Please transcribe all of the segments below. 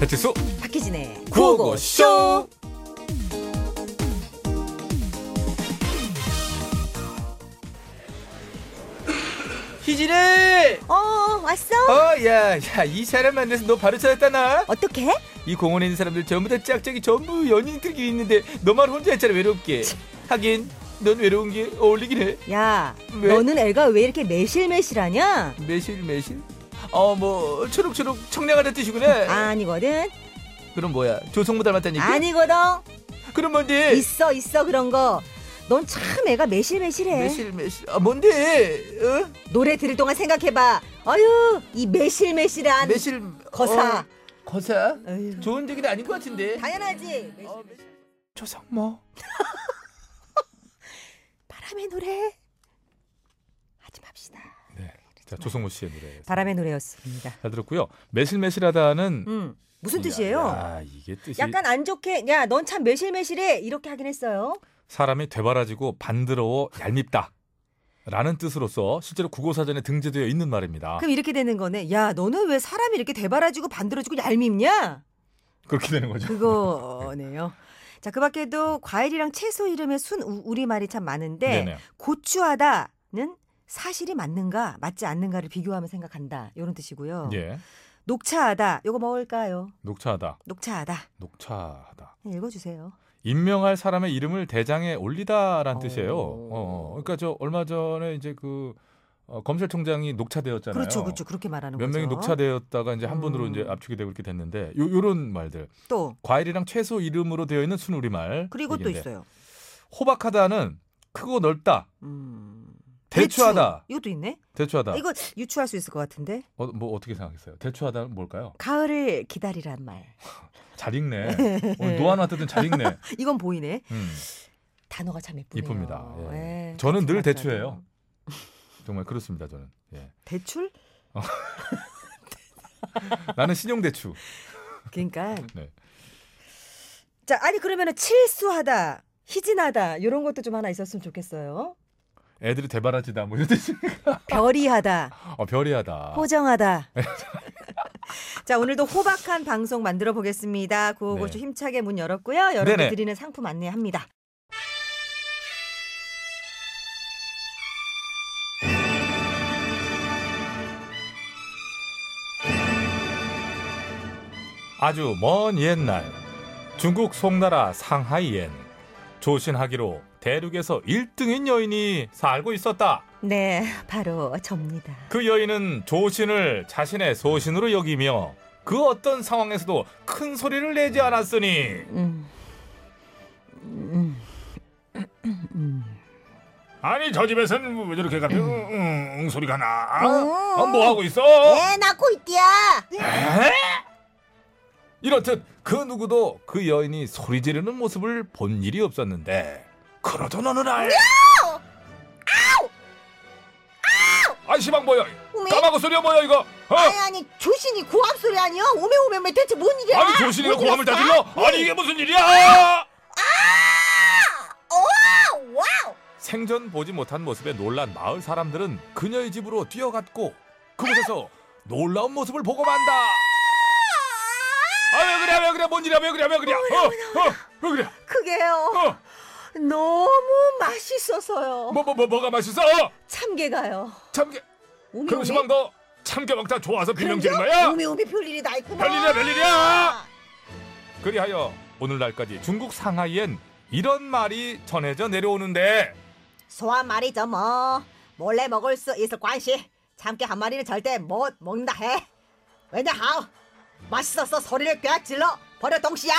배치수 박혜진의 구호고쇼 희진이! 어 왔어? 어, 야, 야, 이 사람 만나서 너 바로 찾았다, 나? 어떻게? 이 공원에 있는 사람들 전부 다 짝짝이 전부 연인들끼리 있는데 너만 혼자 있잖아, 외롭게. 하긴, 넌 외로운 게 어울리긴 해. 야 왜? 너는 애가 왜 이렇게 매실매실하냐? 매실, 매실? 어, 뭐, 초록초록 청량하다 네. 뜻이구나. 아니거든 그럼 뭐야? 조성모 닮았다는 얘기? 아니거든 그럼 뭔데? 있어 있어 그런 거 넌 참 애가 매실매실해 매실, 매실. 아, 뭔데? 어? 노래 들을 동안 생각해봐 어휴 이 매실매실한 매실. 거사. 어, 거사? 어휴, 좋은 얘기는 아닌 것 같은데. 당연하지 매실- 어, 매실. 조성모. 바람의 노래 하지 맙시다 자 조성모 씨의 노래 바람의 노래였습니다 잘 들었고요 매실매실하다는 음 무슨 뜻이에요? 아 이게 뜻이 약간 안 좋게 야 넌 참 매실매실해 이렇게 하긴 했어요 사람이 되바라지고 반드러워 얄밉다 라는 뜻으로서 실제로 국어사전에 등재되어 있는 말입니다 그럼 이렇게 되는 거네 야 너는 왜 사람이 이렇게 대바라지고 반들어지고 얄밉냐? 그렇게 되는 거죠 그거네요. 자, 그 밖에도 과일이랑 채소 이름의 순 우- 우리말이 참 많은데 네네. 고추하다는 사실이 맞는가 맞지 않는가를 비교하며 생각한다. 이런 뜻이고요. 예 녹차하다. 요거 먹을까요? 녹차하다 녹차하다. 녹차하다 네, 읽어 주세요. 임명할 사람의 이름을 대장에 올리다라는 어. 뜻이에요 어, 그러니까 저 얼마 전에 이제 그 어, 검찰총장이 녹차되었잖아요 그렇죠. 그렇죠. 그렇게 말하는 몇 거죠. 명이 녹차되었다가 이제 한 분으로 음. 이제 압축이 되고 이렇게 됐는데 요 요런 말들 또 과일이랑 채소 이름으로 되어 있는 순우리말 그리고 또 얘기인데 있어요. 호박하다는 크고 넓다 음. 대추하다 대추. 이것도 있네. 대추하다 이거 유추할 수 있을 것 같은데. 어, 뭐 어떻게 생각했어요 대추하다는 뭘까요 가을을 기다리란 말. 잘 읽네 오늘 노안 왔다든 잘 읽네 이건 보이네. 음, 단어가 참 예쁘네요. 이쁩니다. 예. 예, 저는 늘 맞아요. 대추예요. 정말 그렇습니다 저는 예. 대출? 나는 신용 대추 그러니까 네. 자 아니 그러면은 칠수하다 희진하다 이런 것도 좀 하나 있었으면 좋겠어요 애들이 대바라지다 뭐 이런 뜻이 별이하다 어, 별이하다 호정하다 네. 자 오늘도 호박한 방송 만들어 보겠습니다 구호고쇼 네. 힘차게 문 열었고요 여러분 네네. 드리는 상품 안내합니다 아주 먼 옛날 중국 송나라 상하이엔 조신하기로 대륙에서 1등인 여인이 살고 있었다. 네 바로 접니다 그 여인은 조신을 자신의 소신으로 여기며 그 어떤 상황에서도 큰 소리를 내지 않았으니 음. 음. 아니 저 집에서는 왜 저렇게 가면 응, 응 소리가 나? 음. 어, 뭐 하고 있어? 애 낳고 있디야 에? 이렇듯 그 누구도 그 여인이 소리 지르는 모습을 본 일이 없었는데 그러던 어느 날 아이 시방 뭐야 어메? 까마고 소리야 뭐야 이거 어? 아니 조신이 고함 소리 아니야 오메오메 대체 뭔 일이야 아니 조신이가 고함을 다 질러? 아니 이게 무슨 일이야 어, 생전 보지 못한 모습에 놀란 마을 사람들은 그녀의 집으로 뛰어갔고 그곳에서 놀라운 모습을 보고 만다. 아 왜 그래 왜 그래 뭔 일이야 왜 그래 왜 그래 어어왜 그래 그게요 어뭐뭐 너무 맛있어서요 뭐, 뭐, 뭐가 맛있어 어, 참게가요 참깨 오메오메 그럼 시방 너 참깨 먹다 좋아서 비명 지른 그럼요? 거야 오메오메 별일이 다 있구나 별일이야 별일이야 그리하여 오늘날까지 중국 상하이엔 이런 말이 전해져 내려오는데 소한 말이죠 뭐 몰래 먹을 수 있을 관시 참깨 한 마리는 절대 못 먹는다 해 왜냐 하오 맛있어서 소리를 꽤 질러 버려 동시야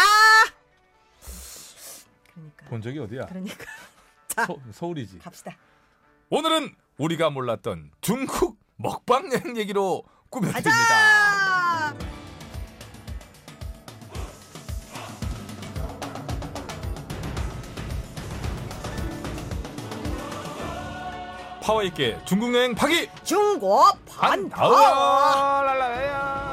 그러니까 본 적이 어디야 그러니까 서, 서울이지 갑시다 오늘은 우리가 몰랐던 중국 먹방 여행 얘기로 꾸며드립니다. 가자 파워 있게 중국 여행 파기 중국 반다 랄랄라야.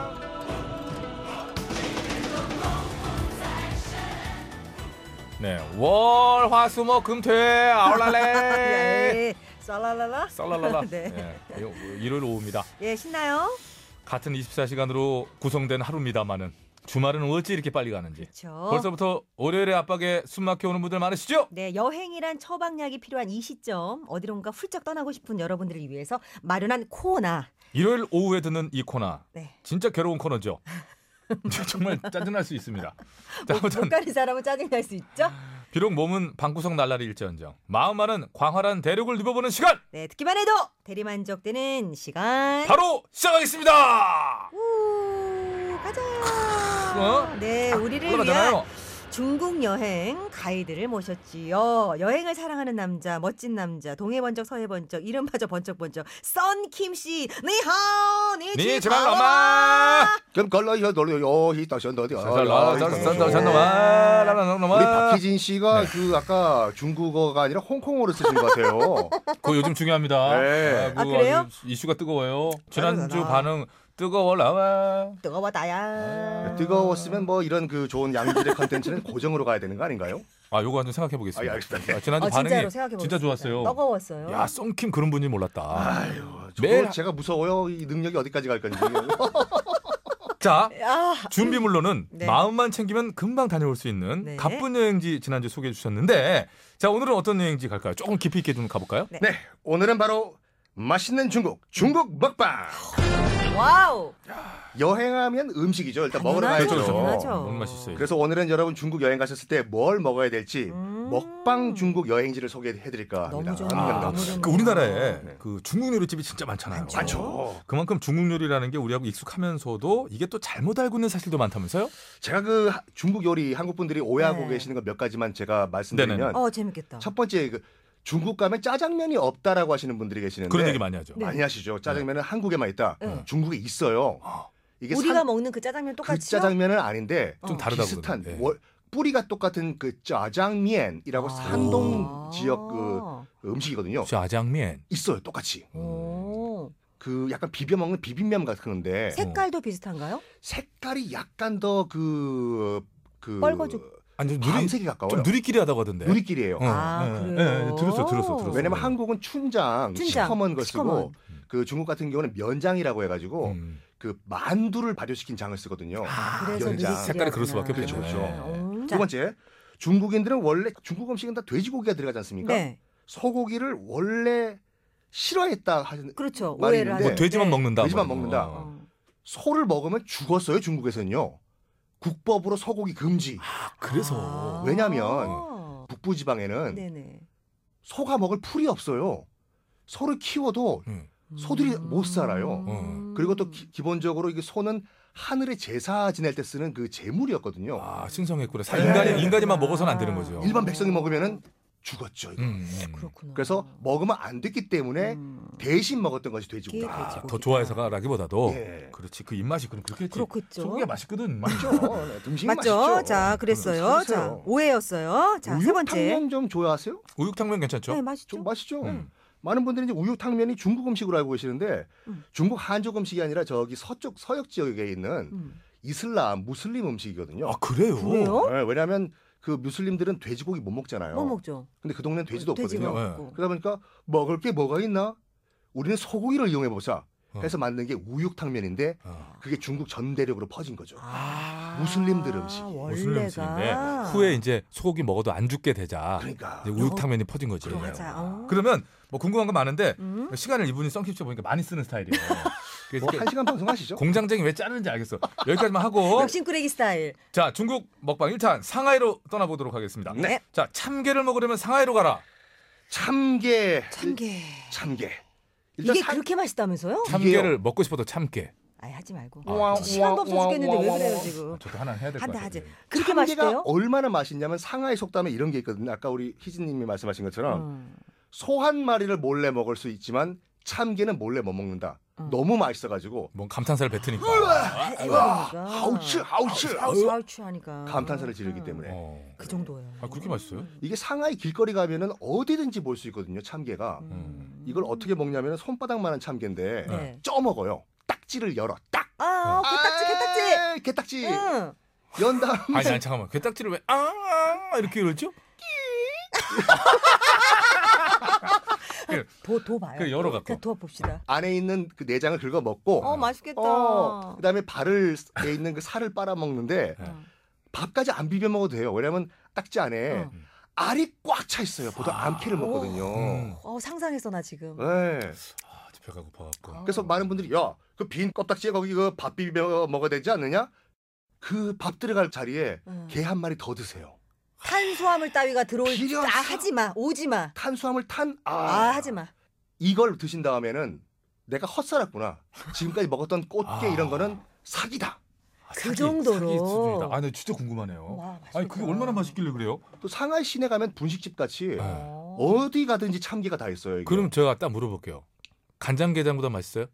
네, 월, 화, 수, 목, 금, 토, 아울랄레. 예, 쌀랄랄라 쌀랄랄라. 네. 네. 일요일 오후입니다. 예 신나요 같은 24시간으로 구성된 하루입니다마는 주말은 어찌 이렇게 빨리 가는지. 그렇죠. 벌써부터 월요일에 압박에 숨막혀 오는 분들 많으시죠? 네, 여행이란 처방약이 필요한 이 시점 어디론가 훌쩍 떠나고 싶은 여러분들을 위해서 마련한 코너. 일요일 오후에 듣는 이 코너 네. 진짜 괴로운 코너죠. 정말 짜증날 수 있습니다. 자, 못 아무튼 가는 사람은 짜증 날 수 있죠. 비록 몸은 방구석 날라리 일지언정 마음만은 광활한 대륙을 누벼보는 시간 네, 듣기만 해도 대리만족되는 시간. 바로 시작하겠습니다. 우 가자. 어? 네, 우리를 위한 올라가잖아요. 중국 여행 가이드를 모셨지요. 여행을 사랑하는 남자, 멋진 남자, 동해 번쩍 서해 번쩍, 이름마저 번쩍 번쩍. 썬킴 씨, 니하오, 니 니지 네, 제발 바오마 넘어. 그럼 걸러이서 놀려요 히다션더디 아, 우리 우리 박희진 씨가 그 아까 중국어가 아니라 홍콩어를 쓰신 것 같아요. 그거 요즘 중요합니다. 네. 아이고, 아, 그래요? 아주 이슈가 뜨거워요. 지난주 따라라라. 반응 뜨거워라. 뜨거워다야. 뜨거웠으면 뭐 이런 그 좋은 양질의 컨텐츠는 고정으로 가야 되는 거 아닌가요? 아, 요거 한번 생각해 보겠습니다. 아, 예, 알겠습니다. 지난주 어, 반응이 진짜로 생각해 진짜 좋았어요. 뜨거웠어요. 야, 썬킴 그런 분인 줄 몰랐다. 저도 매일- 제가 무서워요. 이 능력이 어디까지 갈 건지. 자, 아, 준비물로는 네. 마음만 챙기면 금방 다녀올 수 있는 네. 가쁜 여행지 지난주 소개해 주셨는데 자, 오늘은 어떤 여행지 갈까요? 조금 깊이 있게 좀 가볼까요? 네. 네, 오늘은 바로 맛있는 중국, 중국 먹방. 와우. 여행하면 음식이죠. 일단 먹으러 당연하죠, 가야죠. 당연하죠. 너무 맛있어요. 그래서 오늘은 여러분 중국 여행 가셨을 때 뭘 먹어야 될지 음. 먹방 중국 여행지를 소개해드릴까 합니다. 너무 좋네요. 아, 아, 너무 좋네요. 그 우리나라에 뭐. 그 중국 요리집이 진짜 많잖아요. 많죠. 그만큼 중국 요리라는 게 우리하고 익숙하면서도 이게 또 잘못 알고 있는 사실도 많다면서요? 제가 그 하- 중국 요리 한국 분들이 오해하고 네. 계시는 거 몇 가지만 제가 말씀드리면 어, 재밌겠다. 첫 번째 그 중국 가면 짜장면이 없다라고 하시는 분들이 계시는데 그런 얘기 많이 하죠. 네. 많이 하시죠. 짜장면은 한국에만 있다. 네. 중국에 있어요. 아. 이게 우리가 산- 먹는 그 짜장면 그 똑같이요? 짜장면은 아닌데 좀 어. 다르다고 비슷한 그러던데. 월- 뿌리가 똑같은 그 아. 짜장면이라고 산동 산동 지역 그 음식이거든요. 짜장면. 있어요, 똑같이. 오. 그 약간 비벼 먹는 비빔면 같은 건데 색깔도 비슷한가요? 색깔이 약간 더 그 그 빨가죽. 아니 좀 누리 밤색이 가까워요. 좀 누리끼리 하다고 하던데. 누리끼리예요. 어, 아, 예, 그래요? 예, 예, 들었어, 들었어, 들었어. 왜냐면 한국은 춘장, 춘장, 시커먼 걸 쓰고 시커먼. 그 중국 같은 경우는 면장이라고 해가지고 음. 아. 그 만두를 발효시킨 장을 쓰거든요. 아, 그래서 어, 연장. 미리 네, 색깔이 그럴 수밖에 그려놨구나. 없죠. 그렇죠, 그렇죠. 오. 아, 두 번째, 중국인들은 원래 중국 음식은 다 돼지고기가 들어가지 않습니까? 네. 소고기를 원래 싫어했다 하는 그렇죠. 말이 오해를 있는데 하죠. 뭐 돼지만 네. 먹는다. 돼지만 뭐 이런 먹는다. 거. 어. 소를 먹으면 죽었어요 중국에서는요. 국법으로 소고기 금지. 그래서 아. 왜냐면 북부 지방에는 어. 네네. 소가 먹을 풀이 없어요. 소를 키워도 음. 소들이 못 살아요. 어. 그리고 음. 또 기, 본적으로 이게 소는 하늘의 제사 지낼 때 쓰는 그 제물이었거든요. 아 신성했구나. 사- 네. 인간이 인간이만 먹어서는 안 되는 거죠. 어. 일반 백성이 먹으면은 죽었죠. 이거. 음, 음. 그렇구나. 그래서 네. 먹으면 안 됐기 때문에 음. 예, 대신 먹었던 것이 돼지고기다. 아, 돼지고기다. 더 좋아해서가라기보다도 예. 그렇지 그 입맛이 그럼 그렇게 그렇겠죠. 소고기가 맛있거든. 그렇죠. 네, 등심 맞죠? 맛있죠. 자, 그랬어요. 자, 그래서요. 오해였어요. 자, 세 번째. 우육탕면 좀 좋아하세요? 우육탕면 괜찮죠? 네, 맛있죠? 좀 맛있죠. 음. 많은 분들이 이제 우육탕면이 중국 음식으로 알고 계시는데 음. 중국 한족 음식이 아니라 저기 서쪽 서역 지역에 있는 음. 이슬람 무슬림 음식이거든요. 아 그래요? 그래요? 네, 왜냐하면 그 무슬림들은 돼지고기 못 먹잖아요. 뭐 어? 먹죠? 근데 그 동네는 돼지도 돼지가 없거든요. 네. 없고. 그러다 보니까 먹을 게 뭐가 있나? 우리는 소고기를 이용해 보자. 어. 해서 만든 게 우육탕면인데 아. 그게 중국 전 대륙으로 퍼진 거죠. 아, 무슬림들 음식이. 무슨 원래가 음식인데 뭐 후에 이제 소고기 먹어도 안 죽게 되자 그러니까 이제 우육탕면이 퍼진 거지. 그러네. 맞아. 어. 그러면 뭐 궁금한 거 많은데 음? 시간을 이분이 썬킵쇼 보니까 많이 쓰는 스타일이에요. 그래서 뭐 이렇게 한 시간 방송하시죠? 네. 공장장이 왜 자르는지 알겠어. 여기까지만 하고 욕심꾸레기 스타일. 자 중국 먹방 1탄 상하이로 떠나보도록 하겠습니다. 네. 자 참게를 먹으려면 상하이로 가라. 참게, 참게. 참게. 일단 그 이게 사- 그렇게 맛있다면서요? 참게를 먹고 싶어도 참게. 아이 하지 말고. 아, 시간도 없어 죽겠는데 왜 그래요 지금? 저도 하나 해야 될 것 한다 같아요. 하지. 네. 그렇게 참게가 맛있대요? 얼마나 맛있냐면 상하이 속담에 이런 게 있거든요. 아까 우리 희진님이 말씀하신 것처럼 음. 소 한 마리를 몰래 먹을 수 있지만 참게는 몰래 못 먹는다. 음. 너무 아, 맛있어가지고 뭔 감탄사를 뱉으니까. 와, 그러니까. 하우츠, 하우츠, 아우 아우치 하니까. 감탄사를 지르기 때문에. 어. 그 정도예요. 아, 그렇게 맛있어요? 이게 상하이 길거리 가면은 어디든지 볼 수 있거든요. 참게가 음. 아, 이걸 어떻게 먹냐면 손바닥만한 참게인데 네. 쪄 먹어요. 딱지를 열어 딱. 아, 어, 개딱지 개딱지. 음. 아, 개딱지 응. 연 다음에 아니, 아니 잠깐만. 괴딱지를 왜 아, 아, 이렇게 그러죠? 그, 도, 도 봐요. 그 열어 갖고. 그냥 도 봅시다. 안에 있는 그 내장을 긁어 먹고 어, 맛있겠다. 어, 그다음에 발을 에 있는 그 살을 빨아 먹는데 어. 밥까지 안 비벼 먹어도 돼요. 왜냐면 딱지 안에 네. 어. 아. 알이 꽉 차 있어요. 보통 암캐를 먹거든요. 음. 어, 상상했어, 나 지금. 네. 아, 이제 배가 고파갖고. 어. 그래서 많은 분들이 야 그 빈 껍딱지에 거기 그 밥 비벼 먹어야 되지 않느냐? 그 밥 들어갈 자리에 음. 개 한 마리 더 드세요. 탄수화물 따위가 들어올 필요 아, 없어. 하지 마. 오지 마. 탄수화물 탄 아, 아, 하지 마. 이걸 드신 다음에는 내가 헛살았구나. 지금까지 먹었던 꽃게 아. 이런 거는 사기다. 아, 그 사기, 정도로. 음, 사기 수준이다. 아, 네, 진짜 궁금하네요. 와, 아니 그게 얼마나 맛있길래 그래요? 또 상하이 시내 가면 분식집 같이 네. 어. 어디 가든지 참기가 다 있어요. 이게. 그럼 제가 딱 물어볼게요. 간장게장보다 맛있어요?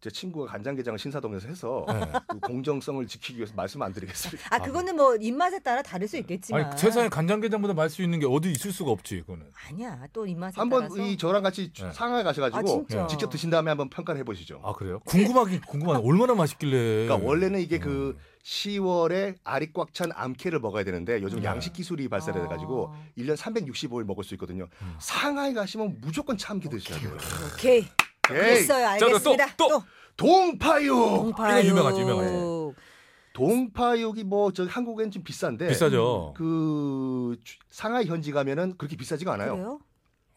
제 친구가 간장게장을 신사동에서 해서 네. 그 공정성을 지키기 위해서 말씀 안 드리겠습니다. 아, 그거는 뭐 입맛에 따라 다를 수 있겠지만. 아니 그 세상에 간장게장보다 맛있을 수 있는 게 어디 있을 수가 없지 이거는. 아니야. 또 입맛에 한번 따라서. 이 저랑 같이 네. 상하이 아, 가셔가지고 예. 진짜. 직접 드신 다음에 한번 평가를 해보시죠. 아 그래요? 궁금하긴 궁금한 얼마나 맛있길래. 그러니까 원래는 이게 그 음. 10월에 알이 꽉 찬 암캐를 먹어야 되는데 요즘 네. 양식 기술이 발달해 가지고 아. 1년 365일 먹을 수 있거든요. 음. 상하이 가시면 무조건 참기 드셔야 돼요. 오케이. 에이, 있어요. 자, 그럼 알겠습니다. 또, 또. 동파육. 동파육. 이거 유명하지, 유명하지. 동파육이 뭐 저 한국엔 좀 비싼데 비싸죠. 그 주- 상하이 현지 가면은 그렇게 비싸지가 않아요. 그래요?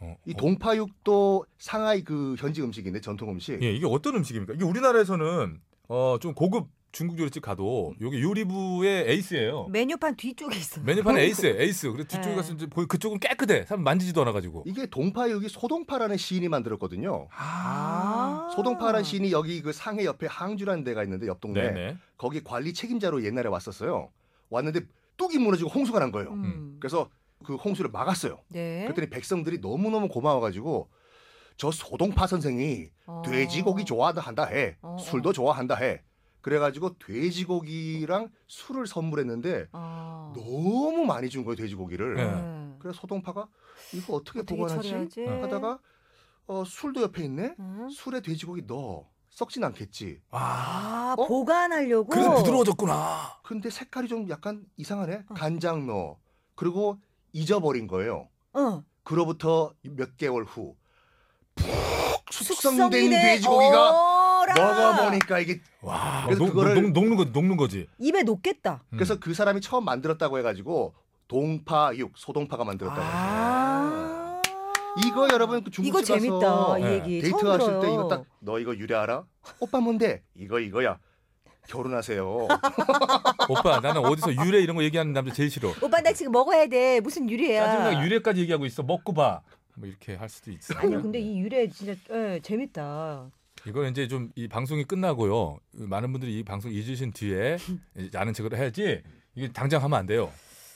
어, 이 어. 동파육도 상하이 그 현지 음식인데 전통 음식. 예, 이게 어떤 음식입니까? 이게 우리나라에서는 어, 좀 고급 중국 요리집 가도 여기 요리부의 어. 에이스예요. 메뉴판 뒤쪽에 있어. 메뉴판에 에이스, 에이스. 그리고 뒤쪽에 네. 가서 이제 보이- 그쪽은 깨끗해. 사람 만지지도 않아가지고. 이게 동파육이 소동파라는 시인이 만들었거든요. 아. 소동파라는 시인이 여기 그 상해 옆에 항주라는 데가 있는데 옆 동네. 네네. 거기 관리 책임자로 옛날에 왔었어요. 왔는데 뚝이 무너지고 홍수가 난 거예요. 음. 그래서 그 홍수를 막았어요. 네. 그랬더니 백성들이 너무너무 고마워가지고 저 소동파 선생이 어. 돼지고기 좋아한다 해. 어, 어. 술도 좋아한다 해. 그래가지고 돼지고기랑 술을 선물했는데 아. 어. 너무 많이 준 거예요, 돼지고기를. 네. 그래서 소동파가 이거 어떻게 어떻게 보관하지? 처리하지? 하다가 어, 술도 옆에 있네? 음. 술에 돼지고기 넣어. 썩진 않겠지. 아, 아, 어? 보관하려고. 그래서 부드러워졌구나. 근데 색깔이 좀 약간 이상하네. 어. 간장 넣어. 그리고 잊어버린 거예요. 어. 그로부터 몇 개월 후 푹 숙성된 숙성이 돼. 돼지고기가 어라. 먹어보니까 이게 와, 그래서 녹, 그거를- 녹, 녹는 거지, 녹는 거지. 입에 녹겠다. 음. 그래서 그 사람이 처음 만들었다고 해가지고 동파육 소동파가 만들었다고 해요. 아. 아. 이거 여러분 그 중국집 이거 재밌다. 가서 이 네. 얘기 데이트 처음 하실 들어요. 때 이거 딱 너 이거 유래 알아? 오빠 뭔데? 이거 이거야. 결혼하세요. 오빠, 나는 어디서 유래 이런 거 얘기하는 남자 제일 싫어. 오빠 나 지금 먹어야 돼. 무슨 유래야? 짜증나 유래까지 얘기하고 있어. 먹고 봐. 뭐 이렇게 할 수도 있어. 아니 근데 이 유래 진짜 예, 재밌다. 아, 이걸 이제 좀 이 방송이 끝나고요. 많은 분들이 이 방송 잊으신 뒤에 이제 아는 척을 해야지 이게 당장 하면 안 돼요.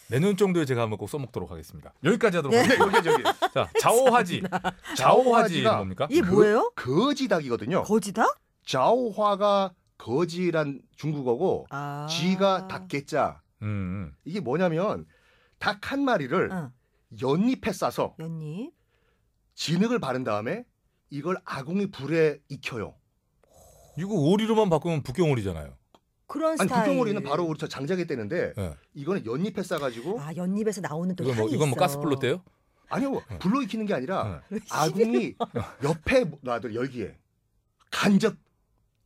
내년 정도에 제가 한번 꼭 써먹도록 하겠습니다. 여기까지 하도록 하겠습니다. 여기 저기 자, 자오화지. 자오화지는 뭡니까? 이게 그- 뭐예요? 아. 거지닭이거든요. 거지다? 자오화가 거지란 중국어고 아. 쥐가 닭개자 음, 이게 뭐냐면 닭 한 마리를 어, 연잎에 싸서 연잎. 진흙을 바른 다음에 이걸 아궁이 불에 익혀요. 이거 오리로만 바꾸면 북경오리잖아요. 그런 아니 스타일. 북경오리는 바로 우리 저 장작에 떼는데 예. 이거는 연잎에 싸가지고 아 연잎에서 나오는 또 이건 뭐 향이 이건 뭐 있어. 가스불로 떼요? 아니요 네. 불로 익히는 게 아니라 왜 아궁이 어. 옆에 놔둬 여기에 간접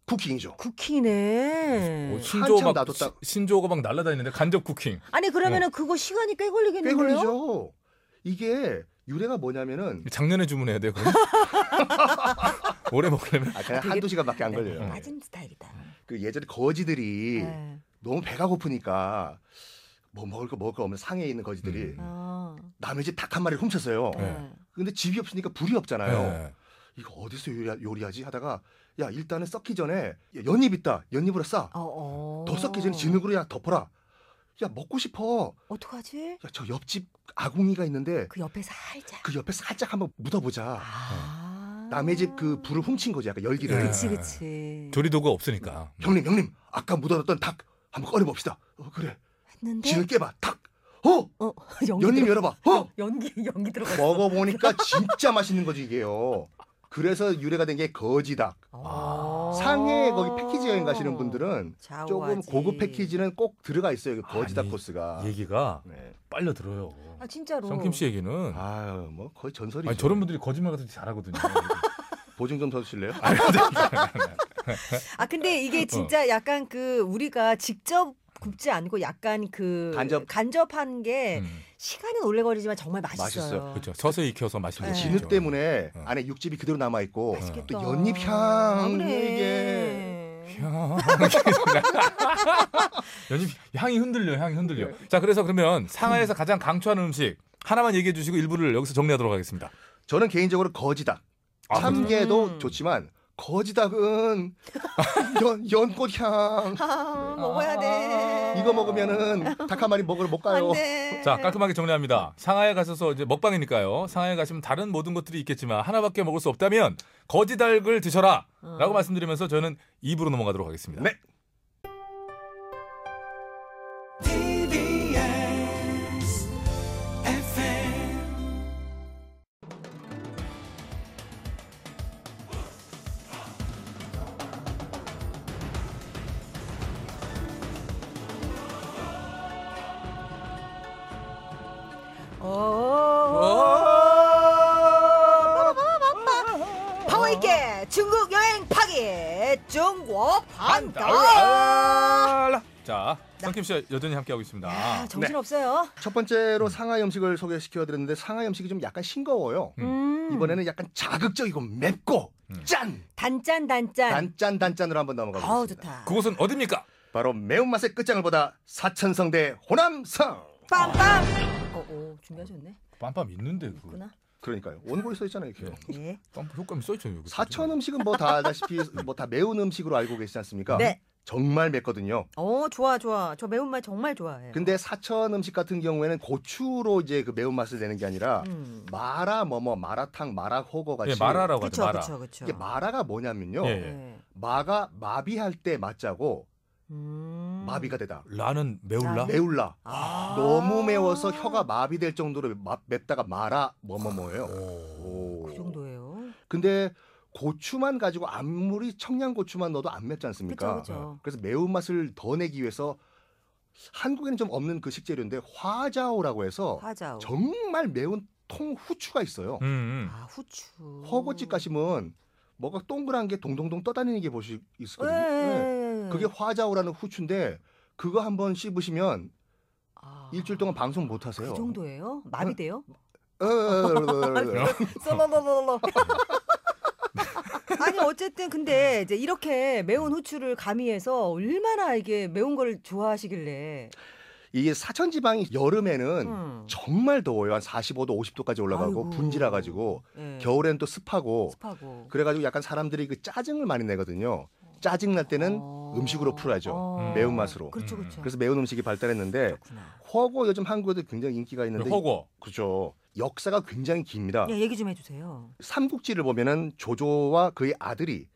쿠킹이죠. 어, 뭐 쿠키네. 신조어 막 한참 놔뒀다. 시- 신조어가 막 날라다니는데 간접 쿠킹. 아니 그러면은 그거 시간이 꽤 걸리겠는데요? 어. 꽤 걸리죠. 이게 유래가 뭐냐면은 작년에 주문해야 돼요. 그럼? 올해 먹으려면 아, 그냥 되게- 한두 시간밖에 안 걸려요. 맞은 네, 스타일이다. 그 예전에 거지들이 네. 너무 배가 고프니까 뭐 먹을 거 먹을 거 없는 상해에 있는 거지들이 음. 어. 남의 집 닭 한 마리를 훔쳤어요. 네. 근데 집이 없으니까 불이 없잖아요. 네. 예. 이거 어디서 요리, 하지 하다가 야 일단은 썩기 전에 야, 연잎 있다. 연잎으로 싸. 어, 어. 더 썩기 전에 진흙으로 야 덮어라. 야 먹고 싶어. 어떡하지? 야 그러니까 저 옆집 아궁이가 있는데 그 옆에 살짝. 그 옆에 살짝 한번 묻어보자. 아. 남의 집 그 불을 훔친 거지 약간 열기를. 네. 그치 그치. 조리도구가 없으니까. 형님 형님 아까 묻어놨던 닭 한번 꺼내봅시다. 어 그래. 했는데. 진흙 깨봐. 닭. 어 어 연기. 연잎 들어- 열어봐. 어 연기 연기 들어가. 먹어보니까 진짜 맛있는 거지 이게요. 그래서 유래가 된 게 거지닭. 어. 아, 상해 거기 패키지 여행 가시는 분들은 좌우하지. 조금 고급 패키지는 꼭 들어가 있어요. 여기 버지다 아니, 예. 코스가. 얘기가 네. 빨려 들어요. 아 진짜로. 성킴 씨 얘기는 아유 뭐 거의 전설이죠. 아니, 저런 분들이 거짓말 같은 거 잘하거든요. 보증 좀 서주실래요? 아 근데 어. 이게 진짜 약간 그 우리가 직접 굽지 않고 약간 그 간접. 간접한 게 음, 시간은 오래 걸리지만 정말 맛있어요. 맛있어요. 그렇죠. 서서히 익혀서 마시는 네. 거죠. 진흙 때문에 어. 안에 육즙이 그대로 남아 있고 맛있겠다. 또 어. 연잎 향 아, 그래. 이게 향. 연이 향이 흔들려, 향이 흔들려. 네. 자, 그래서 그러면 상하에서 가장 강추하는 음식 하나만 얘기해 주시고 일부를 여기서 정리하도록 하겠습니다. 저는 개인적으로 거지닭. 아, 참게도 음. 좋지만 거지닭은 연, 연꽃 향 아, 먹어야 돼. 이거 먹으면은 닭 한 마리 먹으러 못 가요. 안 돼. 자, 깔끔하게 정리합니다. 상하에 가셔서 이제 먹방이니까요. 상하에 가시면 다른 모든 것들이 있겠지만 하나밖에 먹을 수 없다면 거지닭을 드셔라. 어. 라고 말씀드리면서 저는 입으로 넘어가도록 하겠습니다. 네. 어. 어! 어. 파워 있게 중국 여행 파기 중국 아, 예. 판다. 아, 자, 성킴 씨와 여전히 함께하고 있습니다. 네. 아, 정신 없어요. 첫 번째로 상하이 음식을 소개시켜 드렸는데 상하이 음식이 좀 약간 싱거워요. 음. 이번에는 약간 자극적이고 맵고 음. 짠 단짠 단짠. 단짠 단짠으로 한번 넘어가 보겠습니다. 아우 좋다. 그곳은 어딥니까? 바로 매운맛의 끝장을 보다 사천성대 호남성. 빰빰. 어, 어, 준비하셨네. 빰빰 있는데 그 있구나. 그러니까요. 원고에 써 있잖아요. 이렇게. 예. 빰빰 효과음이 써 있죠. 여기. 사천 음식은 뭐 다 아다시피 뭐 다 매운 음식으로 알고 계시지 않습니까? 네. 정말 맵거든요. 어 좋아 좋아. 저 매운맛 정말 좋아해요. 근데 사천 음식 같은 경우에는 고추로 이제 그 매운맛을 내는 게 아니라 음. 마라 뭐뭐 마라탕 마라호거 같이 예, 마라라고 하죠. 그쵸 마라. 그쵸 그쵸. 이게 마라가 뭐냐면요. 예, 예. 예. 마가 마비할 때 맞자고 음. 마비가 되다. 라는 매울라? 아, 매울라. 아. 너무 매워서 혀가 마비될 정도로 마- 맵다가 마라 뭐뭐뭐예요. 오. 그 정도예요. 근데 고추만 가지고 아무리 청양고추만 넣어도 안 맵지 않습니까? 그쵸, 그쵸. 래서 매운맛을 더 내기 위해서 한국에는 좀 없는 그 식재료인데 화자오라고 해서 화자오. 어, 정말 매운 통후추가 있어요. 음, 음. 아 후추. 허거집 가시면 뭐가 동그란 게 동동동 떠다니는 게 보시 예, 있거든요. 네. 예, 예. 그게 화자오라는 후추인데 그거 한번 씹으시면 아. 일주일 동안 방송 못 하세요. 그 정도예요? 마비돼요? 어, 어, 어, 어, 어. 쏠롤롤롤. 아니 어쨌든 근데 이제 이렇게 매운 후추를 가미해서 얼마나 이게 매운 걸 좋아하시길래 이게 사천 지방이 여름에는 음. 정말 더워요. 한 45도, 50도까지 올라가고 아이고. 분지라 가지고 예. 겨울엔 또 습하고 습하고 그래가지고 약간 사람들이 그 짜증을 많이 내거든요. 짜증 날 때는 어. 음식으로 풀어야죠. 어. 매운 맛으로. 그렇죠, 음. 그렇죠. 그래서 매운 음식이 발달했는데 그렇구나. 허거 요즘 한국에도 굉장히 인기가 있는데 허거. 그렇죠. 역사가 굉장히 깁니다. 예, 얘기 좀 해주세요. 삼국지를 보면은 조조와 그의 아들이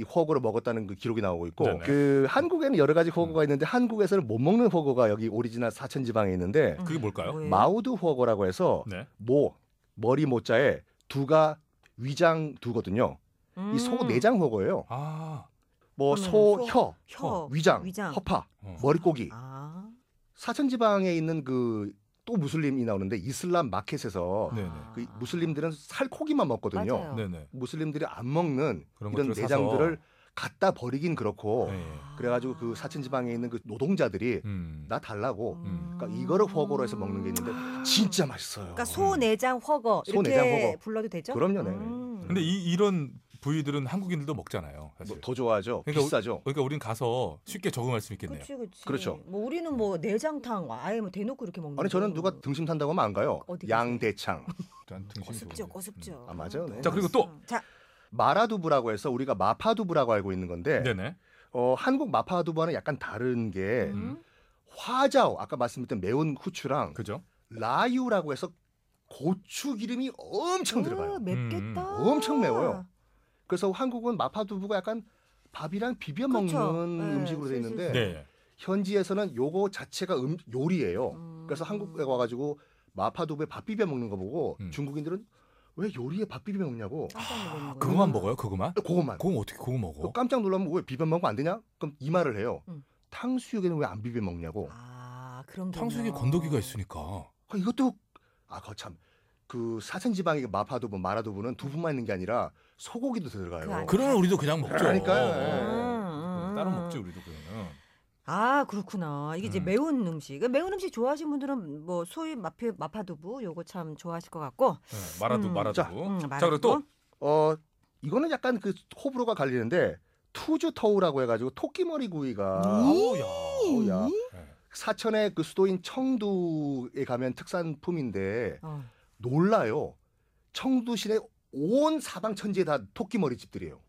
이 허거를 먹었다는 그 기록이 나오고 있고 네네. 음. 그 한국에는 여러 가지 허거가 있는데 한국에서는 못 먹는 허거가 여기 오리지널 사천 지방에 있는데 음. 그게 뭘까요? 뭐예요? 마우드 허거라고 해서 네. 모 머리 모자에 두가 위장 두거든요. 음. 이 소 내장 허거예요. 아. 뭐 그러면은 소, 소, 혀, 혀, 어, 위장, 위장. 허파, 어. 머릿고기. 아. 사천 지방에 있는 그 또 무슬림이 나오는데 이슬람 마켓에서 네네. 그 무슬림들은 살코기만 먹거든요. 맞아요. 네네. 무슬림들이 안 먹는 그런 이런 것들을 내장들을 갖다 버리긴 그렇고 사서. 네, 아. 예. 그래가지고 그 사천 지방에 있는 그 노동자들이 음. 나 달라고 음. 그러니까 이거를 허거로 해서 먹는 게 있는데 진짜 맛있어요. 아. 그러니까 소 내장 허거 소 이렇게 내장 허거. 불러도 되죠? 음. 그럼요, 네. 근데 이 이런 부위들은 한국인들도 먹잖아요. 사실. 뭐더 좋아하죠. 음. 그러니까 비싸죠. 그러니까 우린 가서 쉽게 적응할 수 있겠네요. 그렇지, 그렇지. 그렇죠. 뭐 우리는 뭐 내장탕 아예 뭐 대놓고 이렇게 먹는. 아니 저는 거. 누가 등심 산다고 하면 안 가요. 음. 어디 가세요? 양대창. 일단 등심이 고습죠, 좋은데. 고습죠. 아, 맞아요, 네. 자, 그리고 또! 자, 마라두부라고 해서 우리가 마파두부라고 알고 있는 음. 건데 네네. 어, 한국 마파두부와는 약간 다른 게 음. 화자오 아까 말씀드렸던 매운 후추랑 그죠? 라유라고 해서 고추 기름이 엄청 어, 들어가요. 맵겠다. 음, 엄청 매워요. 그래서 한국은 마파두부가 약간 밥이랑 비벼 먹는 그렇죠. 네, 음식으로 돼 있는데 네. 네. 현지에서는 요거 자체가 음, 요리예요. 음. 그래서 한국에 와가지고 마파두부에 밥 비벼 먹는 거 보고 음. 중국인들은 왜 요리에 밥 비벼 아, 먹냐고. 깜짝 놀라는 거예요. 그거만 먹어요? 그거만? 그거만. 그건 어떻게 그거 먹어? 또 깜짝 놀라면 왜 비벼 먹으면 안 되냐? 그럼 이 말을 해요. 음. 탕수육에는 왜 안 비벼 먹냐고. 아 그런 게 탕수육에 있나. 건더기가 있으니까. 아, 이것도 아, 거참. 그 사천 지방의 마파두부, 마라두부는 두부만 있는 게 아니라 소고기도 그 들어가요. 안에 그러면 우리도 그냥 먹죠. 어. 음, 그러니까요. 예. 음, 음. 따로 먹지 우리도 그냥. 아 그렇구나. 이게 이제 음. 매운 음식. 그 매운 음식 좋아하시는 분들은 뭐 소위 마피, 마파두부 요거 참 좋아하실 것 같고. 네, 마라도 음. 마라도. 자, 음, 자 말하고. 그리고 또 어, 이거는 약간 그 호불호가 갈리는데 투주터우라고 해가지고 토끼머리 구이가 아우야. 야. 네. 사천의 그 수도인 청두에 가면 특산품인데 어. 놀라요. 청두 시내 온 사방 천지에 다 토끼머리 집들이에요.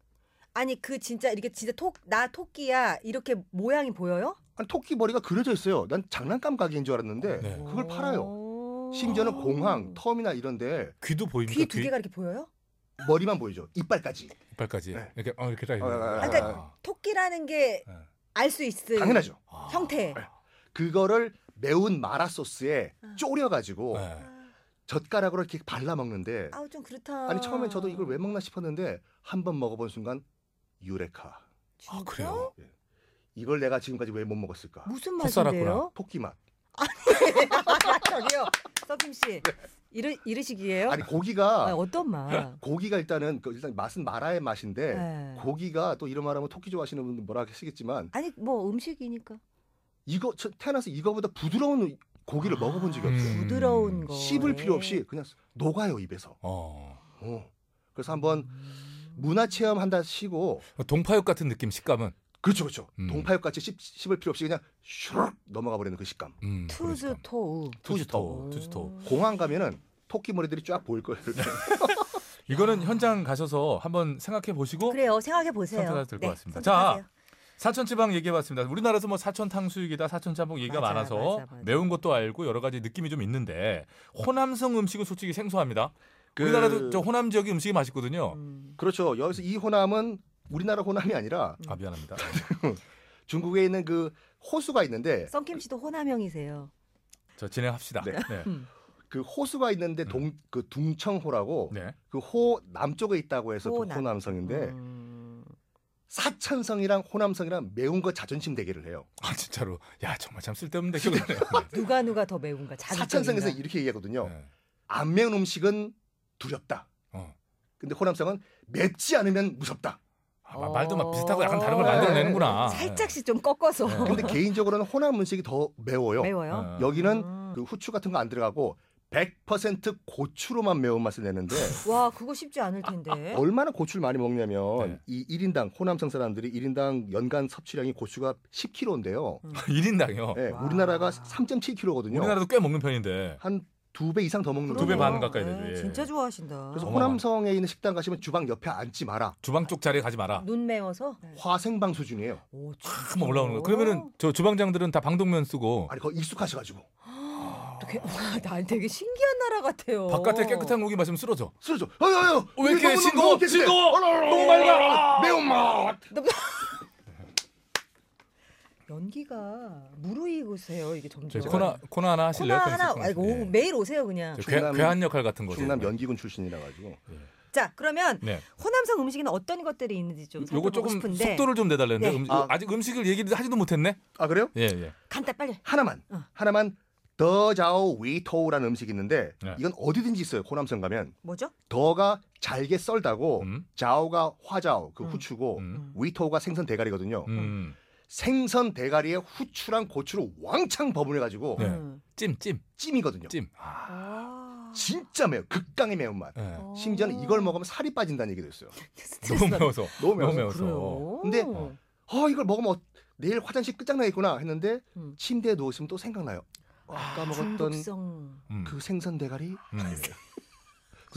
아니 그 진짜 이렇게 진짜 토 나 토끼야 이렇게 모양이 보여요? 아니 토끼머리가 그려져 있어요. 난 장난감 가게인 줄 알았는데 네. 그걸 팔아요. 오. 심지어는 공항, 터미널 이런데 귀도 보입니까? 귀 두 개가 이렇게 보여요? 머리만 보이죠. 이빨까지. 이빨까지 네. 이렇게 어, 이렇게 딱. 아, 아, 아, 이렇게. 아, 토끼라는 게 알 네. 수 있을 당연하죠. 아. 형태. 네. 그거를 매운 마라 소스에 아. 졸여가지고 네. 젓가락으로 이렇게 발라 먹는데 아우 좀 그렇다. 아니 처음엔 저도 이걸 왜 먹나 싶었는데 한 번 먹어본 순간 유레카. 아 진짜? 그래요? 이걸 내가 지금까지 왜 못 먹었을까? 무슨 헛살았구나. 맛인데요? 토끼 맛. 저기요 서김 씨 이르 이르시기예요? 네. 아니 네. 고기가 아, 어떤 맛? 고기가 일단은 그 일단 맛은 마라의 맛인데 네. 고기가 또 이런 말하면 토끼 좋아하시는 분들 뭐라 하시겠지만 아니 뭐 음식이니까 이거 저 태어나서 이거보다 부드러운 고기를 아. 먹어본 적이 없어요. 음. 네. 부드러운 거 씹을 필요 없이 그냥 녹아요 입에서. 어. 어. 그래서 음. 한번 문화 체험 한다 치고 어. 동파육 같은 느낌 식감은. 그렇죠 그렇죠. 음. 동파육 같이 씹, 씹을 필요 없이 그냥 슈룩 넘어가 버리는 그 식감. 음, 그런 투즈 그러니까. 식감. 토우 어, 투지토. 투지토. 공항 가면은 토끼 머리들이 쫙 보일 거예요. 이렇게. 이거는 현장 가셔서 한번 생각해 보시고 그래요 생각해 보세요 어? 선택하셔도 될것 네, 같습니다. 선택하세요. 사천지방 얘기해봤습니다. 우리나라에서 뭐 사천탕수육이다, 사천짬뽕 얘기가 맞아, 많아서 맞아, 맞아. 매운 것도 알고 여러 가지 느낌이 좀 있는데 호남성 음식은 솔직히 생소합니다. 그- 우리나라도 저 호남 지역의 음식이 맛있거든요. 음. 그렇죠. 여기서 이 호남은 우리나라 호남이 아니라 아 미안합니다. 중국에 있는 그 호수가 있는데 썬킴 씨도 호남형이세요 저 진행합시다. 네. 네. 그 호수가 있는데 동 그 둥청호라고 네. 그 호 남쪽에 있다고 해서 호남. 호남. 성인데 음. 사천성이랑 호남성이랑 매운 거 자존심 대결을 해요. 아 진짜로. 야 정말 참 쓸데없는 대결이네요. 누가 누가 더 매운가 자극적인가? 사천성에서 이렇게 얘기하거든요. 네. 안 매운 음식은 두렵다. 어. 근데 호남성은 맵지 않으면 무섭다. 아, 마- 말도 막 비슷하고 약간 다른 걸 만들어내는구나. 살짝씩 좀 꺾어서 네. 근데 개인적으로는 호남 음식이 더 매워요. 매워요 네. 여기는 음. 그 후추 같은 거 안 들어가고 100% 고추로만 매운맛을 내는데 와 그거 쉽지 않을 아, 텐데 얼마나 고추를 많이 먹냐면 네. 이 1인당 호남성 사람들이 1인당 연간 섭취량이 고추가 10kg인데요. 1인당요. 예, 와. 우리나라가 3.7kg거든요. 우리나라도 꽤 먹는 편인데. 한 두 배 이상 더 먹는 두배 거예요. 반 가까이 되죠, 예. 진짜 좋아하신다 그래서 어마어마하네. 호남성에 있는 식당 가시면 주방 옆에 앉지 마라. 주방 쪽 자리에 가지 마라. 눈 매워서 네. 네. 화생방 수준이에요. 오, 참 올라오는 거. 그러면은 저 주방장들은 다 방독면 쓰고 아니 거 익숙하셔가지고 어떻게 와, 난 되게 신기한 나라 같아요. 바깥에 깨끗한 고기 마시면 쓰러져. 쓰러져. 뭐 어여여. 왜 이렇게 싱거워? 싱거워! 너무 맑아! 매운맛. 연기가 무르익으세요. 이게 점점. 저희 코나 코나 하나 하실래요? 코나 코나 하나 선생님? 아이고 예. 매일 오세요 그냥. 저 괴, 충남- 괴한 역할 같은 거죠. 충남 연기군 출신이라 가지고 자 그러면 네. 호남성 음식에는 어떤 것들이 있는지 좀 요거 살펴보고 조금 싶은데 속도를 좀 내달라는데 네. 음, 아. 아. 직 음식을 얘기를 하지도 못했네. 아 그래요? 예 예. 간단 빨리. 하나만 어. 하나만 더자오 위토우라는 음식이 있는데 네. 이건 어디든지 있어요. 호남성 가면 뭐죠? 더가 잘게 썰다고 음. 자오가 화자오 그 후추고 음. 위토우가 생선 대가리거든요. 음. 생선 대가리에 후추랑 고추를 왕창 버무려 가지고 네. 음. 찜, 찜, 찜이거든요. 찜. 아. 아. 진짜 매워. 극강의 매운맛. 예. 어. 심지어는 이걸 먹으면 살이 빠진다는 얘기도 있어요. 스트레스 너무 받- 매워서. 너무 너무 매워서. 매워서. 그래요. 근데- 어, 이걸 먹으면 어- 내일 화장실 끝장나겠구나 했는데 음. 침대에 누웠으면 또 생각나요. 아까 먹었던 중독성. 음. 그 생선 대가리? 음. 그치.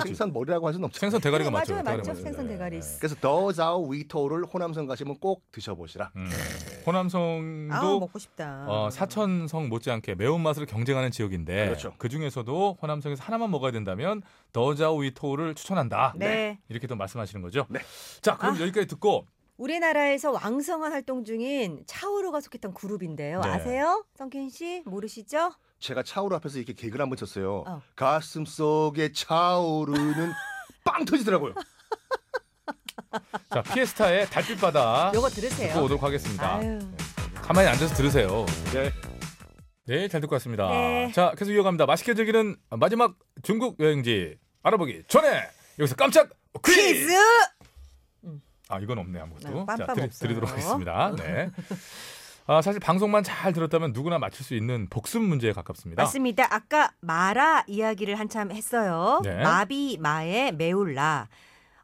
생선 머리라고 할 수는 없죠. 생선 대가리가 네, 맞죠. 맞아요, 대가리가 맞죠. 맞죠. 생선 예, 대가리. 예. 그래서 더자오 위토를 호남성 가시면 꼭 드셔보시라. 음. 아 호남성도 먹고 싶다. 네. 어, 사천성 못지않게 매운맛을 경쟁하는 지역인데 그렇죠. 그 중에서도 호남성에서 하나만 먹어야 된다면 더자오이토우를 추천한다. 네. 아. 이렇게 또 말씀하시는 거죠. 네. 자, 그럼 여기까지 듣고 우리나라에서 왕성한 활동 중인 차오로가 속했던 그룹인데요. 네. 아세요? 성켄 씨 모르시죠? 제가 차오르 앞에서 이렇게 개그를 한번 쳤어요. 어. 가슴 속에 차오르는 빵 터지더라고요. 자 피에스타의 달빛 바다 요거 들으세요. 듣고 오도록 하겠습니다. 네. 아유. 가만히 앉아서 들으세요. 네. 네, 잘 듣고 왔습니다. 네. 자, 계속 이어갑니다. 맛있게 즐기는 마지막 중국 여행지 알아보기 전에 여기서 깜짝 퀴즈. 퀴즈. 아, 이건 없네 아무것도. 아, 빰빰 자, 드리, 없어요. 드리도록 하겠습니다. 네. 아, 사실 방송만 잘 들었다면 누구나 맞출 수 있는 복습 문제에 가깝습니다. 맞습니다. 아까 마라 이야기를 한참 했어요. 네. 마비 마의 매울라.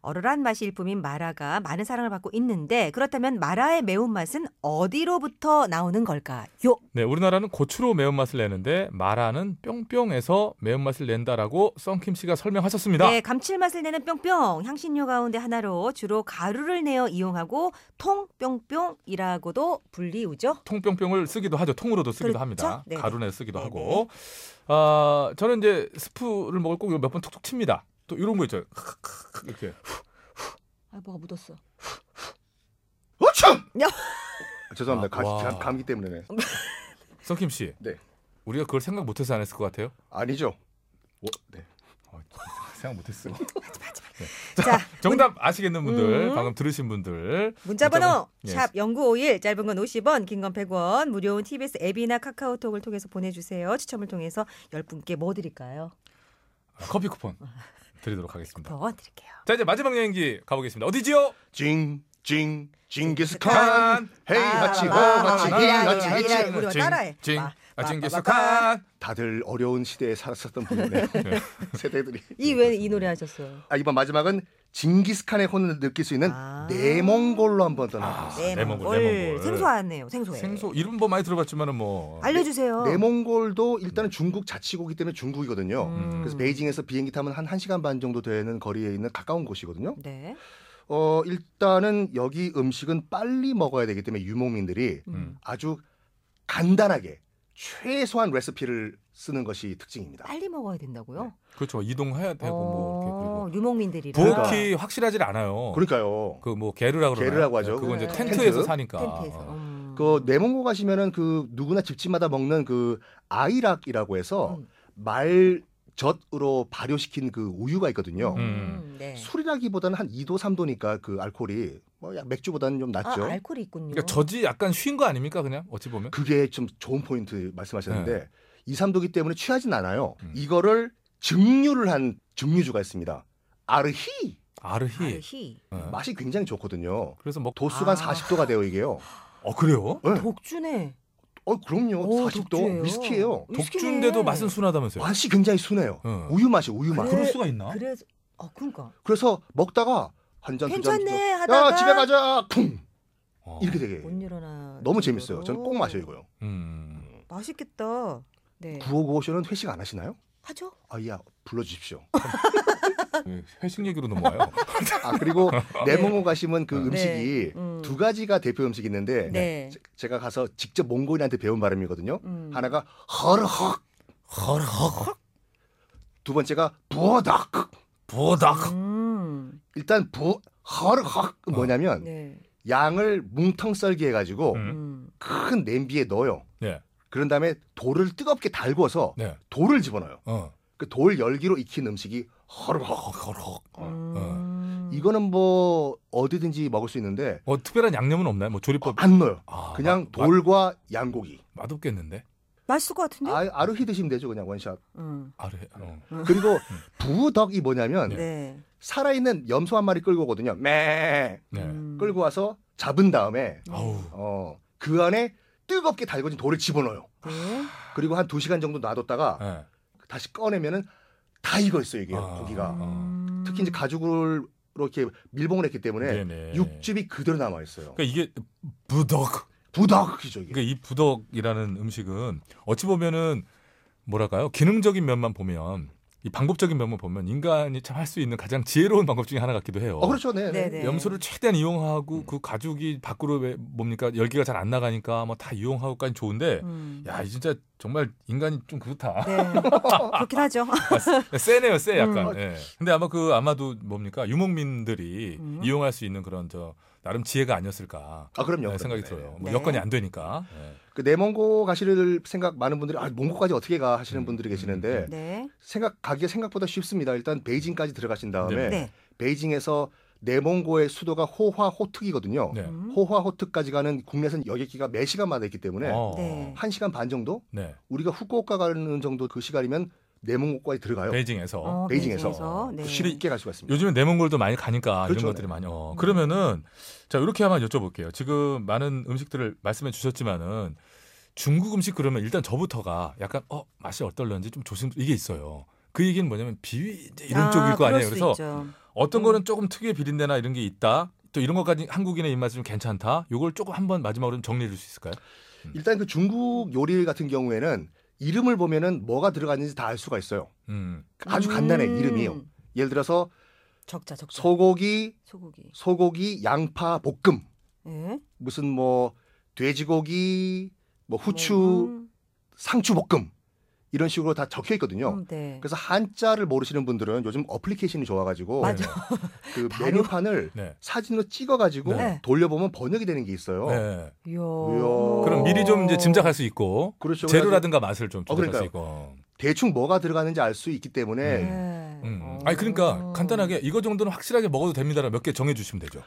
얼얼한 맛이 일품인 마라가 많은 사랑을 받고 있는데 그렇다면 마라의 매운맛은 어디로부터 나오는 걸까요? 네, 우리나라는 고추로 매운맛을 내는데 마라는 뿅뿅에서 매운맛을 낸다라고 썬킴 씨가 설명하셨습니다. 네, 감칠맛을 내는 뿅뿅 향신료 가운데 하나로 주로 가루를 내어 이용하고 통뿅뿅이라고도 불리우죠. 통뿅뿅을 쓰기도 하죠. 통으로도 쓰기도 그렇죠? 합니다. 네네. 가루내 쓰기도 네네. 하고. 아, 저는 이제 스프를 먹을 꼭 몇 번 툭툭 칩니다. 또 이런 거 있죠. 크크크크 이렇게. 아, 뭐가 묻었어. 어참! 야. 죄송합니다. 아, 와. 가, 감- 감기 때문에. 성킴 씨. 네. 우리가 그걸 생각 못 해서 안 했을 것 같아요. 아니죠. 오, 네. 어, 생각 못 했어. 자, 네. 정답 아시겠는 분들, 음. 방금 들으신 분들. 문자 번호 문자 번- 샵 0951, 짧은 건 50원, 긴 건 100원, 무료인 TBS 앱이나 카카오톡을 통해서 보내주세요. 추첨을 통해서 10분께 뭐 드릴까요? 아, 커피 쿠폰 드리도록 하겠습니다. 더 드릴게요. 자, 이제 마지막 여행기 가보겠습니다. 어디지요? 징, 징, 징기스칸. 아, 헤이 하치 호 아, 아, 하치 히 이라, 하치 이라, 하치. 이라. 우리가 징, 따라해. 징, 마, 아, 마, 징기스칸. 다들 어려운 시대에 살았었던 분이네요. 네. 세대들이. 이 왜 이 노래 하셨어요? 아, 이번 마지막은 징기스칸의 혼을 느낄 수 있는 아. 내몽골로 한번 떠나보겠습니다. 네, 레몬볼, 레몬볼. 레몬볼. 생소하네요. 아, 생소해. 생소 이름 뭐 많이 들어봤지만은 뭐 알려주세요. 네. 내몽골도 일단은 중국 자치구이기 때문에 중국이거든요. 음. 그래서 베이징에서 비행기 타면 한 1시간 반 정도 되는 거리에 있는 가까운 곳이거든요. 네. 어, 일단은 여기 음식은 빨리 먹어야 되기 때문에 유목민들이 음. 아주 간단하게 최소한 레시피를 쓰는 것이 특징입니다. 빨리 먹어야 된다고요? 그렇죠. 이동해야 되고 뭐 이렇게 그리고 어, 유목민들이라. 부엌이 확실하질 않아요. 그러니까. 그러니까요. 그 뭐 게르라고 그러나요? 게르라고 하죠. 그거 이제 네. 텐트에서 텐트. 사니까. 텐트에서. 어. 음. 그 내몽고 가시면은 그 누구나 집집마다 먹는 그 아이락이라고 해서 음. 말젖으로 발효시킨 그 우유가 있거든요. 음. 네. 술이라기보다는 한 2도 3도니까 그 알코올이 뭐 약- 맥주보다는 좀 아, 낮죠. 알코올이 있군요. 그러니까 젖이 약간 쉰 거 아닙니까 그냥 어찌 보면? 그게 좀 좋은 포인트 말씀하셨는데 이 2, 3도기 때문에 취하진 않아요. 네. 음. 이거를 증류를 한 증류주가 있습니다. 아르히 아르히. 아르히. 어. 맛이 굉장히 좋거든요. 그래서 먹. 도수가 아. 40도가 돼요 이게요. 어 그래요? 네. 독주네. 어 그럼요. 오, 40도 독주예요. 위스키예요. 위스키네. 독주인데도 맛은 순하다면서요? 맛이 굉장히 순해요. 네. 어. 우유 맛이 우유 맛. 그래. 수가 있나? 그래서 어 그러니까 그래서 먹다가 한 잔 두 잔. 괜찮네 하다가 야 집에 가자. 쿵 어. 이렇게 되게 못 일어나. 정도로. 너무 재밌어요. 저는 꼭 마셔요 이거요. 음. 맛있겠다. 네. 구호구호쇼는 회식 안 하시나요? 하죠. 아야 불러주십시오. 그 회식 얘기로 넘어와요. 아 그리고 내몽고 가시면 그 음식이 음. 두 가지가 대표 음식이 있는데 네. 제- 제가 가서 직접 몽골인한테 배운 발음이거든요. 음. 하나가 허르헉, 허럭 두 번째가 부어닥. 보닥. 음. 일단 부 허르헉 뭐냐면 네. 양을 뭉텅 썰기 해가지고 음. 음. 큰 냄비에 넣어요. 네. 그런 다음에 돌을 뜨겁게 달궈서 네. 돌을 집어넣어요. 어. 그 돌 열기로 익힌 음식이 허르헉. 허럭. 음. 어. 이거는 뭐 어디든지 먹을 수 있는데 어 특별한 양념은 없나요? 뭐 조리법? 안 넣어요. 아, 그냥 맛- 돌과 양고기. 맛- 맛없겠는데? 맛있을 것 같은데. 아, 아르히 드시면 되죠, 그냥 원샷. 음. 아르. 어. 그리고 부덕이 뭐냐면 네. 살아있는 염소 한 마리 끌고 오거든요. 매 네. 음. 네. 끌고 와서 잡은 다음에 아우. 어, 그 안에 뜨겁게 달궈진 돌을 집어넣어요. 네. 그리고 한 두 시간 정도 놔뒀다가 네. 다시 꺼내면은 다 익었어요 이게 아. 고기가. 음. 특히 이제 가죽으로 이렇게 밀봉을 했기 때문에 네네. 육즙이 그대로 남아 있어요. 그러니까 이게 부덕. 부덕이죠 이게. 그러니까 이 부덕이라는 음식은 어찌 보면은 뭐랄까요 기능적인 면만 보면 이 방법적인 면만 보면 인간이 참 할 수 있는 가장 지혜로운 방법 중에 하나 같기도 해요. 어 그렇죠, 음. 네. 네. 네네. 염소를 최대한 이용하고 그 가죽이 밖으로 왜 뭡니까 열기가 잘 안 나가니까 뭐 다 이용하고까지 좋은데 음. 야이 진짜 정말 인간이 좀 그렇다. 네. 그렇긴 하죠. 세네요, 세 약간. 음. 예. 근데 아마 그 아마도 뭡니까 유목민들이 음. 이용할 수 있는 그런 저 나름 지혜가 아니었을까 아 네, 그럼요. 그럼요. 생각이 네. 들어요. 뭐 네. 여건이 안 되니까. 네. 그 내몽고 가실 생각 많은 분들이 아 몽고까지 어떻게 가 하시는 음, 분들이 음, 계시는데 네. 생각 가기가 생각보다 쉽습니다. 일단 베이징까지 들어가신 다음에 네. 네. 베이징에서 내몽고의 수도가 호화호특이거든요. 네. 음. 호화호특까지 가는 국내선 여객기가 매 시간마다 있기 때문에 어. 네. 한 시간 반 정도 네. 우리가 후쿠오카 가는 정도 그 시간이면 내몽고까지 들어가요. 베이징에서. 어, 베이징에서. 베이징에서. 네. 쉽게 갈 수가 있습니다. 요즘에 내몽골도 많이 가니까 그렇죠, 이런 것들이 많이. 음. 어. 그러면은 자 이렇게 한번 여쭤볼게요. 지금 많은 음식들을 말씀해 주셨지만은 중국 음식 그러면 일단 저부터가 약간 어 맛이 어떨런지 좀 조심 이게 있어요. 그 얘기는 뭐냐면 비위 이제 이런 아, 쪽일 거 그럴 아니에요. 수 그래서 있죠. 어떤 음. 거는 조금 특유의 비린내나 이런 게 있다. 또 이런 것까지 한국인의 입맛이 좀 괜찮다. 요걸 조금 한번 마지막으로 좀 정리해 줄 수 있을까요? 일단 그 중국 요리 같은 경우에는 이름을 보면은 뭐가 들어갔는지 다 알 수가 있어요. 음. 아주 간단해 음. 이름이요. 예를 들어서 적자 적자. 소고기, 소고기. 소고기, 양파, 볶음, 예. 무슨 뭐 돼지고기, 뭐 후추, 음, 상추 볶음 이런 식으로 다 적혀 있거든요. 음, 네. 그래서 한자를 모르시는 분들은 요즘 어플리케이션이 좋아가지고 맞아. 그 바로. 메뉴판을 네. 사진으로 찍어가지고 네. 돌려보면 번역이 되는 게 있어요. 네. 이야. 그럼 미리 좀 이제 짐작할 수 있고 그렇죠. 재료라든가 맛을 좀 어, 짐작할 수 있고. 대충 뭐가 들어가는지 알 수 있기 때문에 네. 예. 음. 어. 아니 그러니까 간단하게 이거 정도는 확실하게 먹어도 됩니다라 몇 개 정해 주시면 되죠.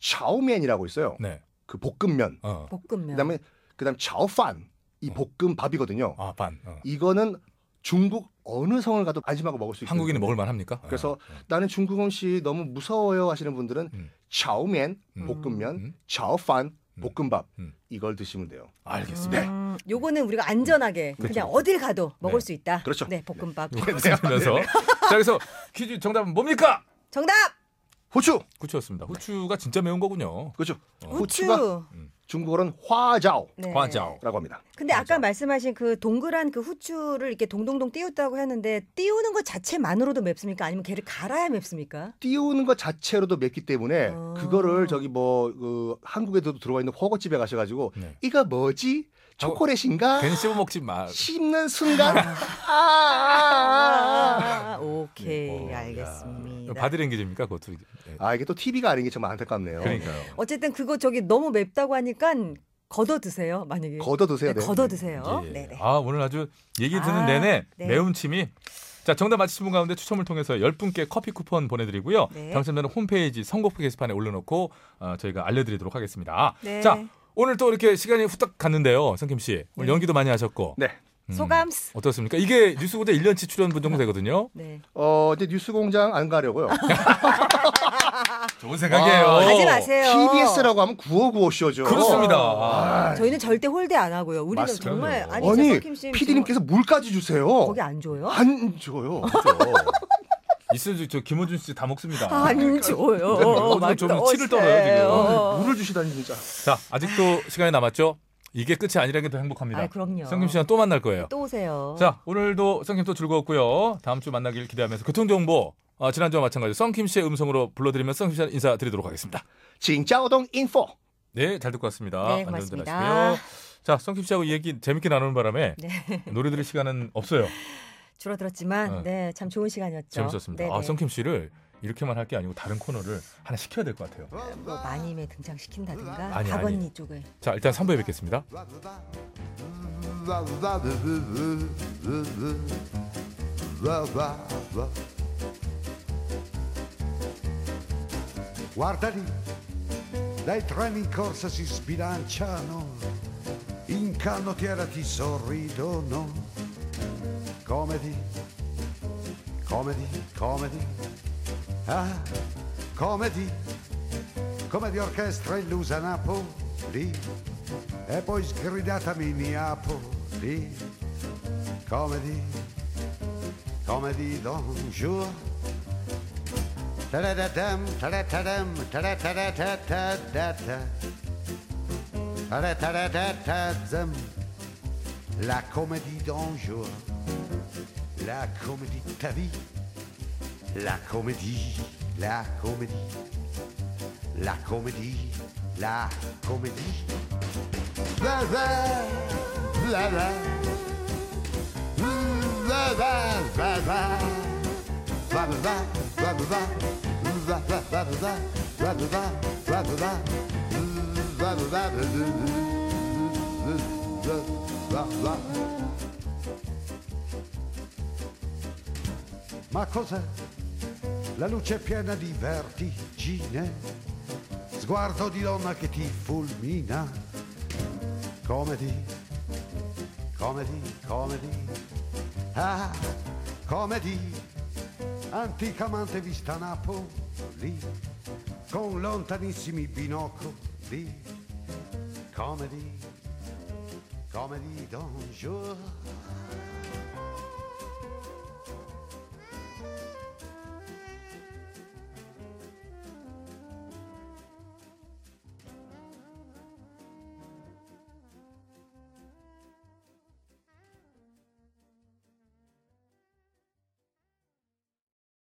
샤오맨이라고 있어요. 네. 그 볶음면. 어. 볶음면. 그다음에 그다음 차오판 이 볶음밥이거든요. 아, 반. 어. 이거는 중국 어느 성을 가도 안심하고 먹을 수 있어요. 한국인이 먹을 만 합니까? 아, 그래서 나는 중국 음식 너무 무서워요 하시는 분들은 음. 차오면 음. 볶음면, 음. 차오판 음. 볶음밥 음. 이걸 드시면 돼요. 네. 알겠습니다. 음, 요거는 우리가 안전하게 그냥 어딜 가도 먹을 수 있다. 그렇죠. 네, 볶음밥. 그래서 네. 자 그래서 퀴즈 정답은 뭡니까? 정답. 후추 후추였습니다. 후추가 진짜 매운 거군요. 그렇죠. 어. 후추. 후추가 중국어로는 화자오라고 네. 과자오. 합니다. 근데 아까 말씀하신 그 동그란 그 후추를 이렇게 동동동 띄웠다고 했는데 띄우는 것 자체만으로도 맵습니까? 아니면 걔를 갈아야 맵습니까? 띄우는 것 자체로도 맵기 때문에 아. 그거를 저기 뭐 그, 한국에도 들어와 있는 허거집에 가셔가지고 네. 이거 뭐지 초콜릿인가 괜히 씹어 먹지 마. 네. 씹는 순간 아, 네. 아, 아, 아. 아, 오케이. 어, 야. 알겠습니다. 바디랭귀지입니까 그것도? 예. 아 이게 또 TV가 아닌 게 정말 안타깝네요. 그러니까요. 어쨌든 그거 저기 너무 맵다고 하니까 걷어 드세요. 만약에. 걷어 드세요. 네, 네. 걷어 드세요. 예. 네, 네. 아 오늘 아주 얘기 듣는 아, 내내 네. 매운 침이. 자 정답 맞히신 분 가운데 추첨을 통해서 10분께 커피 쿠폰 보내드리고요. 네. 당첨자는 홈페이지 선곡표 게시판에 올려놓고 어, 저희가 알려드리도록 하겠습니다. 네. 자 오늘 또 이렇게 시간이 후딱 갔는데요. 성김 씨 오늘 연기도 많이 하셨고 네. 음, 소감스. 어떻습니까? 이게 뉴스고대 1년치 출연분 정도 되거든요. 네. 어 이제 뉴스공장 안 가려고요. 아, 좋은 생각이에요. 어, 가지 마세요. 어. TBS라고 하면 9595 쇼죠. 그렇습니다. 아, 아, 저희는 절대 홀대 안 하고요. 우리는 맞습니다. 정말 아니, 아니, 저 석김 씨 PD님께서 물까지 주세요. 거기 안 줘요? 안 줘요. 있을 저 김호준 씨 다 먹습니다. 아, 안 줘요. 그러니까 어, 네, 오늘 좀 치를 떨어요 지금. 물을 주시다니 진짜. 자 아직도 시간이 남았죠. 이게 끝이 아니라는 게 더 행복합니다. 아, 그럼요. 성김 씨랑 또 만날 거예요. 또 오세요. 어. 자 오늘도 성김 또 즐거웠고요. 다음 주 만나길 기대하면서 교통 정보 아, 지난주와 마찬가지로 성김 씨의 음성으로 불러드리면 성김 씨는 인사드리도록 하겠습니다. 징짜오동 인포. 네 잘 듣고 왔습니다. 네, 안전운전 고맙습니다. 하시고요. 자 성김 씨하고 이 얘기 재밌게 나누는 바람에 네. 노래 들을 시간은 없어요. 줄어들었지만 응. 네, 참 좋은 시간이었죠. 재밌었습니다. 네네. 아 성김 씨를 이렇게만 할 게 아니고 다른 코너를 하나 시켜야 될 것 같아요. 뭐 마님에 등장시킨다든가 아니, 박언니 아니. 쪽을 자 일단 3부에 뵙겠습니다. Guardali, dai treni in corsa si sbilanciano, in canottiera ti sorridono. Comedy, comedy, comedy, ah, comedy, come di orchestra illusa Napoli, e poi sgridatami Napoli. Comedy, comedy, bonjour. Ta-da-da-dam, ta-da-ta-dam, ta-da-ta-da-ta-ta-da-ta. Ta-da-ta-da-ta-ta-zam. La comédie d'un jour, la comédie de ta vie, la comédie, la comédie, la comédie, la comédie. La la, la la, la la, la la. Va, va, va, va, va, va, va, va, va, va, va, va, va, va, va, va, va, va, va, va, va, va. Ma cos'è? La luce piena di vertigine, sguardo di donna che ti fulmina. Comedy, comedy, comedy. Ah, comedy, anticamente vista a Napoli, con lontanissimi binocoli. Comedy, comedy, bonjour.